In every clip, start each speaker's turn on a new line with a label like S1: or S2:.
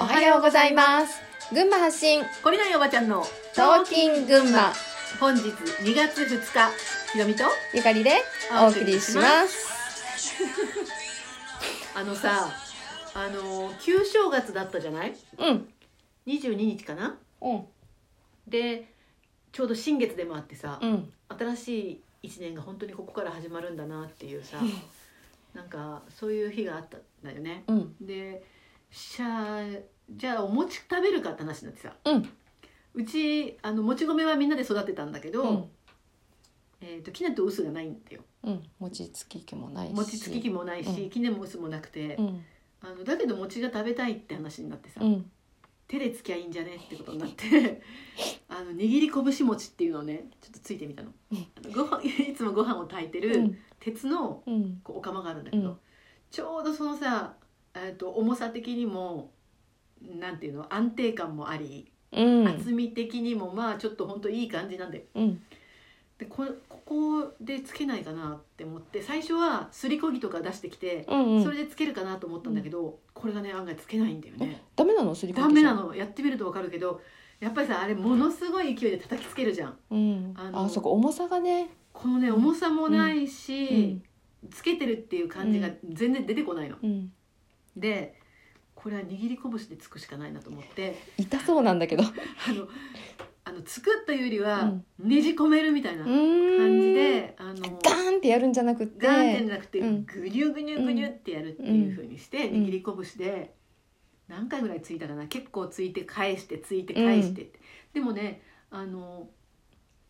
S1: おはようございます群馬発信
S2: 懲りないおばちゃんの
S1: トーキン群馬
S2: 本日2月2日ひろみと
S1: ゆかりでお送りします
S2: あのさあのー旧正月だったじゃない
S1: うん
S2: 22日かな
S1: うん
S2: でちょうど新月でもあってさ、
S1: うん
S2: 新しい一年が本当にここから始まるんだなっていうさ
S1: うん
S2: なんかそういう日があったんだよね
S1: うん
S2: でしゃあじゃあお餅食べるかって話になってさ
S1: うん
S2: うちあのもち米はみんなで育てたんだけど、
S1: うん
S2: えー、ときなと臼がないんだよ
S1: うん餅つき機もないし
S2: 餅つき器もないし、
S1: うん
S2: きねも臼もなくて、
S1: うん
S2: あのだけど餅が食べたいって話になってさ、
S1: うん
S2: 手でつきゃいいんじゃねってことになって あの握り拳餅っていうのをねちょっとついてみたの,、
S1: うん
S2: あのご飯 いつもご飯を炊いて
S1: う
S2: る
S1: ん
S2: 鉄の
S1: うん
S2: こうお釜があるんだけど、
S1: うん
S2: ちょうどそのさ、えー、と重さ的にもなんていうの安定感もあり、
S1: うん
S2: 厚み的にもまあちょっとほんといい感じなんだよ
S1: うん
S2: でこここでつけないかなって思って最初はすりこぎとか出してきて、
S1: うんう
S2: そ
S1: ん
S2: れでつけるかなと思ったんだけど、これがね案外つけないんだよね。
S1: ダメなのすりこぎ
S2: ダメなのやってみるとわかるけどやっぱりさあれものすごい勢いで叩きつけるじゃん
S1: うん
S2: あの
S1: あそこ重さがね
S2: このね重さもないし、
S1: うん
S2: つけてるっていう感じが全然出てこないの、
S1: うん
S2: でこれは握り拳でつくしかないなと思って
S1: 痛そうなんだ けど
S2: あのあのつくというよりは
S1: うん
S2: ねじ込めるみたいな感
S1: 感
S2: じで、あの
S1: ガーンってやるんじゃなくて
S2: ガーンってじゃなくて
S1: うん
S2: ぐにゅぐにゅぐにゅってやるっていう風にして、
S1: うん
S2: 握り拳で何回ぐらいついたかな結構ついて返してついて返してって、でもねあの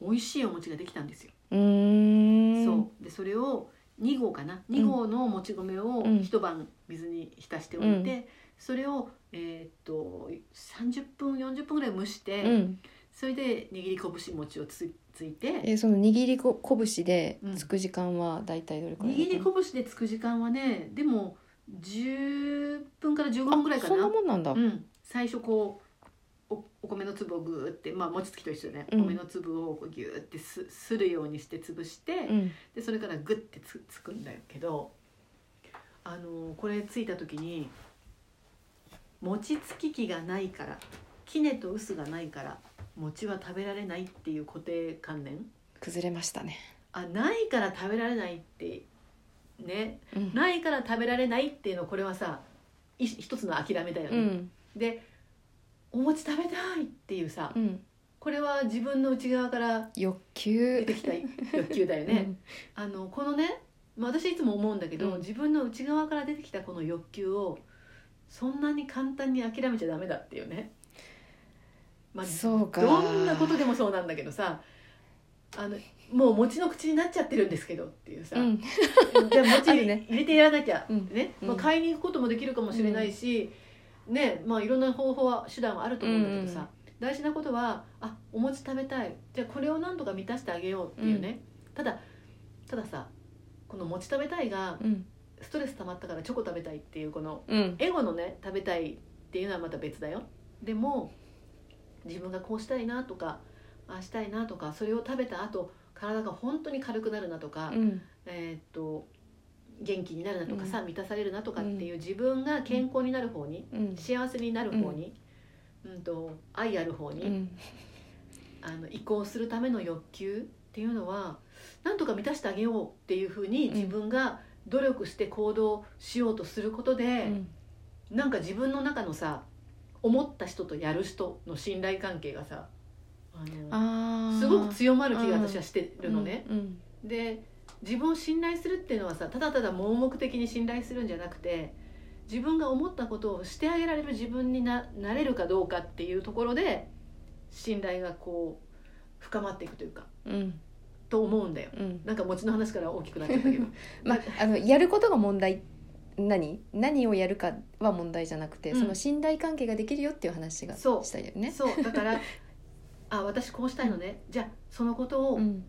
S2: 美味しいお餅ができたんですよ、
S1: うーん
S2: そうでそれを2合かな2合のもち米を
S1: うん
S2: 一晩水に浸しておいて、それを、えーっと30分40分ぐらい蒸して、
S1: うん
S2: それで握り拳餅をつついて
S1: えーその握りこ拳で
S2: うん
S1: つく時間はだいたいどれくらい
S2: 握り拳でつく時間はねでも10分から15分ぐらいか
S1: そんな
S2: な、
S1: もんなんだ、
S2: うん、最初こうおお米の粒をグーってまあ餅つきと一緒でね、
S1: うん
S2: お米の粒をこうギューってすするようにして潰して、
S1: うん
S2: でそれからグッてつつくんだけどあのーこれついた時に餅つき機がないから杵と臼がないから餅は食べられないっていう固定観念
S1: 崩れましたね、
S2: あないから食べられないってね
S1: うん
S2: ないから食べられないっていうのこれはさい一つの諦めだよ
S1: う
S2: ね、
S1: ん
S2: でお餅食べたいっていうさ
S1: うん、
S2: これは自分の内側から
S1: 欲
S2: 出
S1: 求
S2: てきた欲求だよね、あのこのね、まあ、私いつも思うんだけど、
S1: うん
S2: 自分の内側から出てきたこの欲求をそんなに簡単に諦めちゃダメだっていうね、
S1: う
S2: ま
S1: ん
S2: あ、
S1: そうか
S2: どんなことでもそうなんだけどさあのもう餅の口になっちゃってるんですけどっていうさ、
S1: うん
S2: じゃあ餅
S1: あるね
S2: 入れてやらなきゃ、
S1: うん
S2: ね
S1: うん
S2: まあ、買いに行くこともできるかもしれないし、ねまあ、いろんな方法は手段はあると思うんだけどさ、大事なことはあお餅食べたいじゃあこれを何とか満たしてあげようっていうね、ただたださこの餅食べたいが
S1: うん
S2: ストレス溜まったからチョコ食べたいっていうこの
S1: うん
S2: エゴのね食べたいっていうのはまた別だよでも自分がこうしたいなとかああしたいなとかそれを食べた後体が本当に軽くなるなとか、
S1: うん
S2: えーっと元気になるなとかさ、
S1: う
S2: 満たされるなとかっていう自分が健康になる方に、
S1: うん
S2: 幸せになる方に、うん、と愛ある方に、
S1: うん
S2: あの移行するための欲求っていうのはなんとか満たしてあげようっていうふうに
S1: うん
S2: 自分が努力して行動しようとすること
S1: う
S2: で、
S1: ん
S2: なんか自分の中のさ思った人とやる人の信頼関係がさあの
S1: あー
S2: すごく強まる気が私はしてるのね。
S1: うん
S2: で自分を信頼するっていうのはさただただ盲目的に信頼するんじゃなくて自分が思ったことをしてあげられる自分にななれるかどうかっていうところで信頼がこう深まっていくというか
S1: うん
S2: と思うんだよ
S1: うん
S2: なんか餅の話から大きくなっちゃったけど
S1: まああのやることが問題何何をやるかは問題じゃなくて、
S2: うん
S1: その信頼関係ができるよっていう話が
S2: そう
S1: したいよ ね
S2: そうだからあ私こうしたいのねじゃあそのことを
S1: ん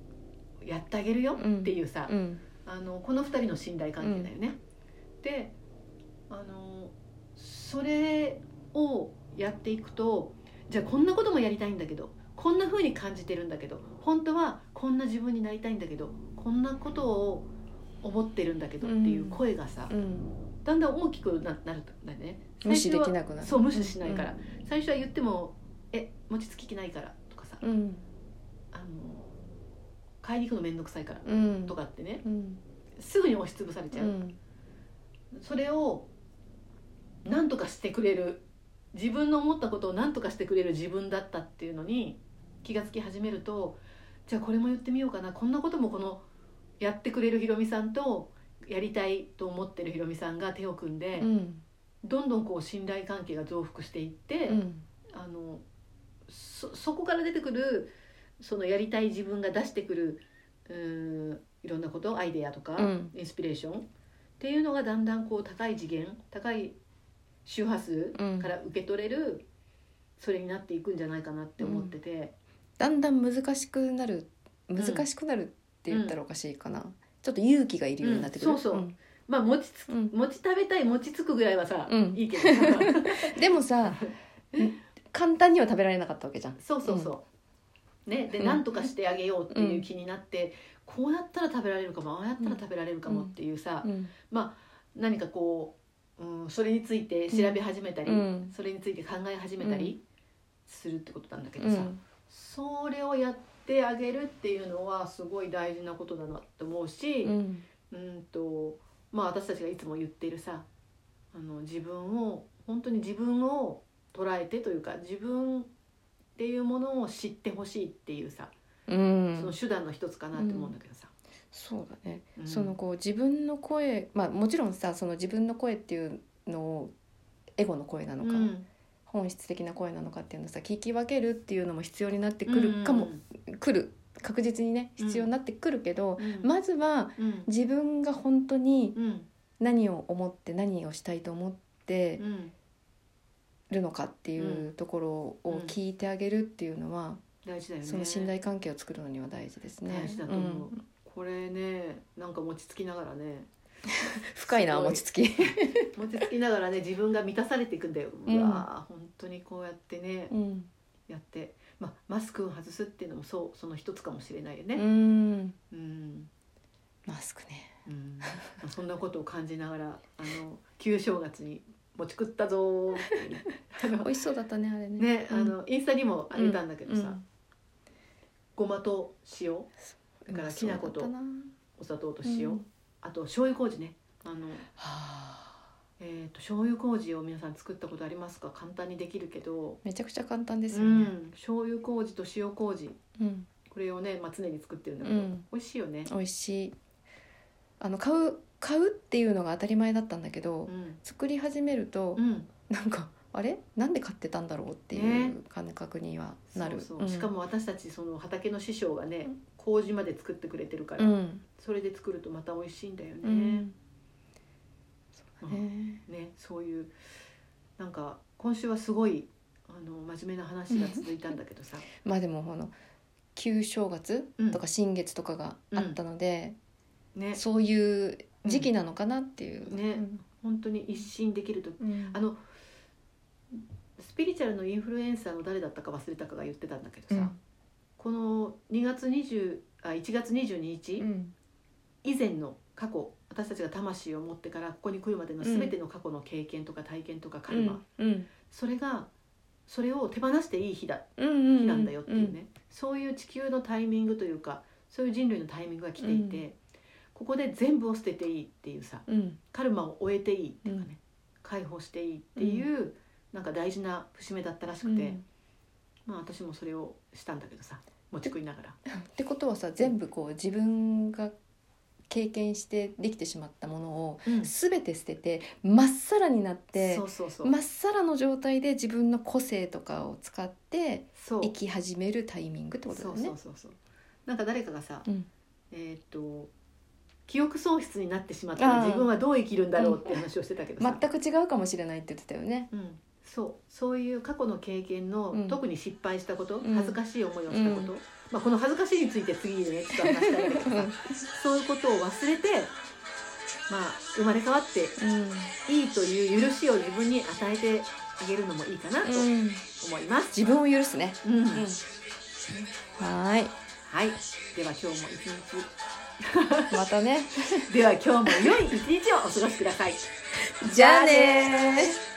S2: やってあげるよっていうさ、
S1: うん
S2: あのこの2人の信頼関係だよね。であのそれをやっていくとじゃあこんなこともやりたいんだけどこんな風に感じてるんだけど本当はこんな自分になりたいんだけどこんなことを思ってるんだけどっていう
S1: うん
S2: 声がさ、
S1: うん
S2: だんだん大きくななるんだよね
S1: 無視でき
S2: い
S1: なくなる
S2: そう無視しないから、最初は言っても「え餅つき機ないから」とかさ、
S1: うん
S2: あの買いに行くの面倒くさいから
S1: うん
S2: とかってね
S1: うん
S2: すぐに押しつぶされちゃう、
S1: うん
S2: それを何とかしてくれる自分の思ったことを何とかしてくれる自分だったっていうのに気がつき始めるとじゃあこれも言ってみようかなこんなこともこのやってくれるひろみさんとやりたいと思ってるひろみさんが手を組んで、
S1: うん
S2: どんどんこう信頼関係が増幅していって、
S1: うん
S2: あのそそこから出てくるそのやりたい自分が出してくるうーんいろんなことアイデアとか、
S1: うん
S2: インスピレーションっていうのがだんだんこう高い次元高い周波数
S1: うん
S2: から受け取れるそれになっていくんじゃないかなって思ってて、
S1: だんだん難しくなる難しくなるって言ったらおかしいかな、ちょっと勇気がいるようになってくる、
S2: うんそうそうんまあ餅つ
S1: うん
S2: 餅食べたい餅つくぐらいはさ、
S1: うん
S2: いいけど さ
S1: でも さん簡単には食べられなかったわけじゃん
S2: そうそうそう、ねで
S1: うん
S2: 何とかしてあげようっていう気になって、こうやったら食べられるかもああやったら食べられるかもっていうさ、
S1: うん
S2: 何かこう、うん、それについて調べ始めたり、
S1: うん
S2: それについて考え始めたりするってことなんだけ
S1: う
S2: どさ、
S1: ん
S2: それをやってあげるっていうのはすごい大事なことだなって思うし
S1: う、ん
S2: うん、とまあ私たちがいつも言っているさあの自分を本当に自分を捉えてというか自分っていうものを知ってほしいっていうさ、
S1: う
S2: その
S1: ん
S2: 手段の一つかなって思うんだけどさ。
S1: そうだね、
S2: うん
S1: そのこう自分の声まあもちろんさその自分の声っていうのをエゴの声なのか、
S2: うん
S1: 本質的な声なのかっていうのをさ聞き分けるっていうのも必要になってくるかも、、くる確実にね必要になってくるけど、
S2: うん
S1: まずは
S2: うん
S1: 自分が本当に
S2: うん
S1: 何を思って何をしたいと思って
S2: うん
S1: るのかっていうところを聞いてあげるっていうのは、
S2: 大事だよね
S1: その信頼関係を作るのには大事ですね。
S2: 大事だと思うんこれねなんか餅つきながらね
S1: 深いな
S2: すごい
S1: 餅つき。
S2: 餅つきながらね自分が満たされていくんだよ
S1: うん
S2: うわー、本当にこうやってね
S1: うん。
S2: やって、まあ、マスクを外すっていうのもそうその一つかもしれないよ
S1: う
S2: ね
S1: ん。
S2: うん、
S1: マスクね。
S2: うんまあそんなことを感じながらあの旧正月に餅食ったぞーっ ていうあの
S1: 美味しそうだったねあれね。
S2: ね、
S1: うん
S2: あのインスタにもあげたんだけどさ、
S1: うん
S2: ごまと塩お
S1: う
S2: だから
S1: まそうだ
S2: きな
S1: った
S2: こと
S1: な
S2: 砂糖と塩、
S1: うん
S2: あと醤油麹ねあの
S1: はあ。
S2: えー、と醤油麹を皆さん作ったことありますか簡単にできるけど、
S1: めちゃくちゃ簡単です
S2: う
S1: よね。
S2: ん、醤油麹と塩麹
S1: うん。
S2: これをね、まあ、常に作ってるんだけ
S1: う
S2: ど、
S1: ん
S2: 美味しいよね、
S1: 美味しい。あの買う買うっていうのが当たり前だったんだけど、
S2: うん
S1: 作り始めると
S2: うん、
S1: なんかあれなんで買ってたんだろうっていう感覚にはなる。
S2: そうそうしかも私たちその畑の師匠がね麹まで作ってくれてるか
S1: う
S2: ら、
S1: ん。
S2: それで作るとまた美味しいんだよね、
S1: うん。そうだね。
S2: ねそういうなんか今週はすごいあの真面目な話が続いたんだけどさ
S1: まあでもこの旧正月
S2: うん
S1: とか新月とかがあったので、
S2: ね
S1: そういう時期なのかなっていう、
S2: うんね本当に一新できると
S1: うん
S2: あのスピリチュアルのインフルエンサーの誰だったか忘れたかが言ってたんだけどさ、この2月20あ1月22
S1: う
S2: 日
S1: ん
S2: 以前の過去私たちが魂を持ってからここに来るまでの全ての過去の経験とか体験とかカルマ、
S1: うん
S2: それがそれを手放していい日だ
S1: うん
S2: 日
S1: う
S2: なんだよっていうね、そういう地球のタイミングというかそういう人類のタイミングが来ていて、
S1: う
S2: ここで全部を捨てていいっていうさ
S1: うん
S2: カルマを終えていいっていうかね、解放していいっていう、なんか大事な節目だったらし
S1: う
S2: く
S1: ん
S2: て、まあ私もそれをしたんだけどさ持ち食いながら
S1: ってことはさ全部こう自分が経験してできてしまったものを全て捨ててまっさらになって
S2: そうそうそう、
S1: まっさらの状態で自分の個性とかを使って
S2: そう
S1: 生き始めるタイミングってこと
S2: そ
S1: だよ
S2: うそ
S1: ね
S2: う。そうそうなんか誰かがさ、
S1: うん
S2: えーっと記憶喪失になってしまったら
S1: あー
S2: 自分はどう生きるんだろうって話をしてたけどさ、
S1: 全く違うかもしれないって言ってたよね。
S2: うん、そうそういう過去の経験の、
S1: うん
S2: 特に失敗したこと
S1: ん
S2: 恥ずかしい思いをしたこと、まあ、この恥ずかしいについて次にねちょっと話したいんだけどさそういうことを忘れて、まあ、生まれ変わって
S1: うん
S2: いいという許しを自分に与えてあげるのもいいかなと
S1: うん
S2: 思います。
S1: 自分を許すね。
S2: うん
S1: うんはーい。
S2: はい、では今日も一日
S1: またね。
S2: では今日も良い一日をお過ごしください。
S1: じゃあねー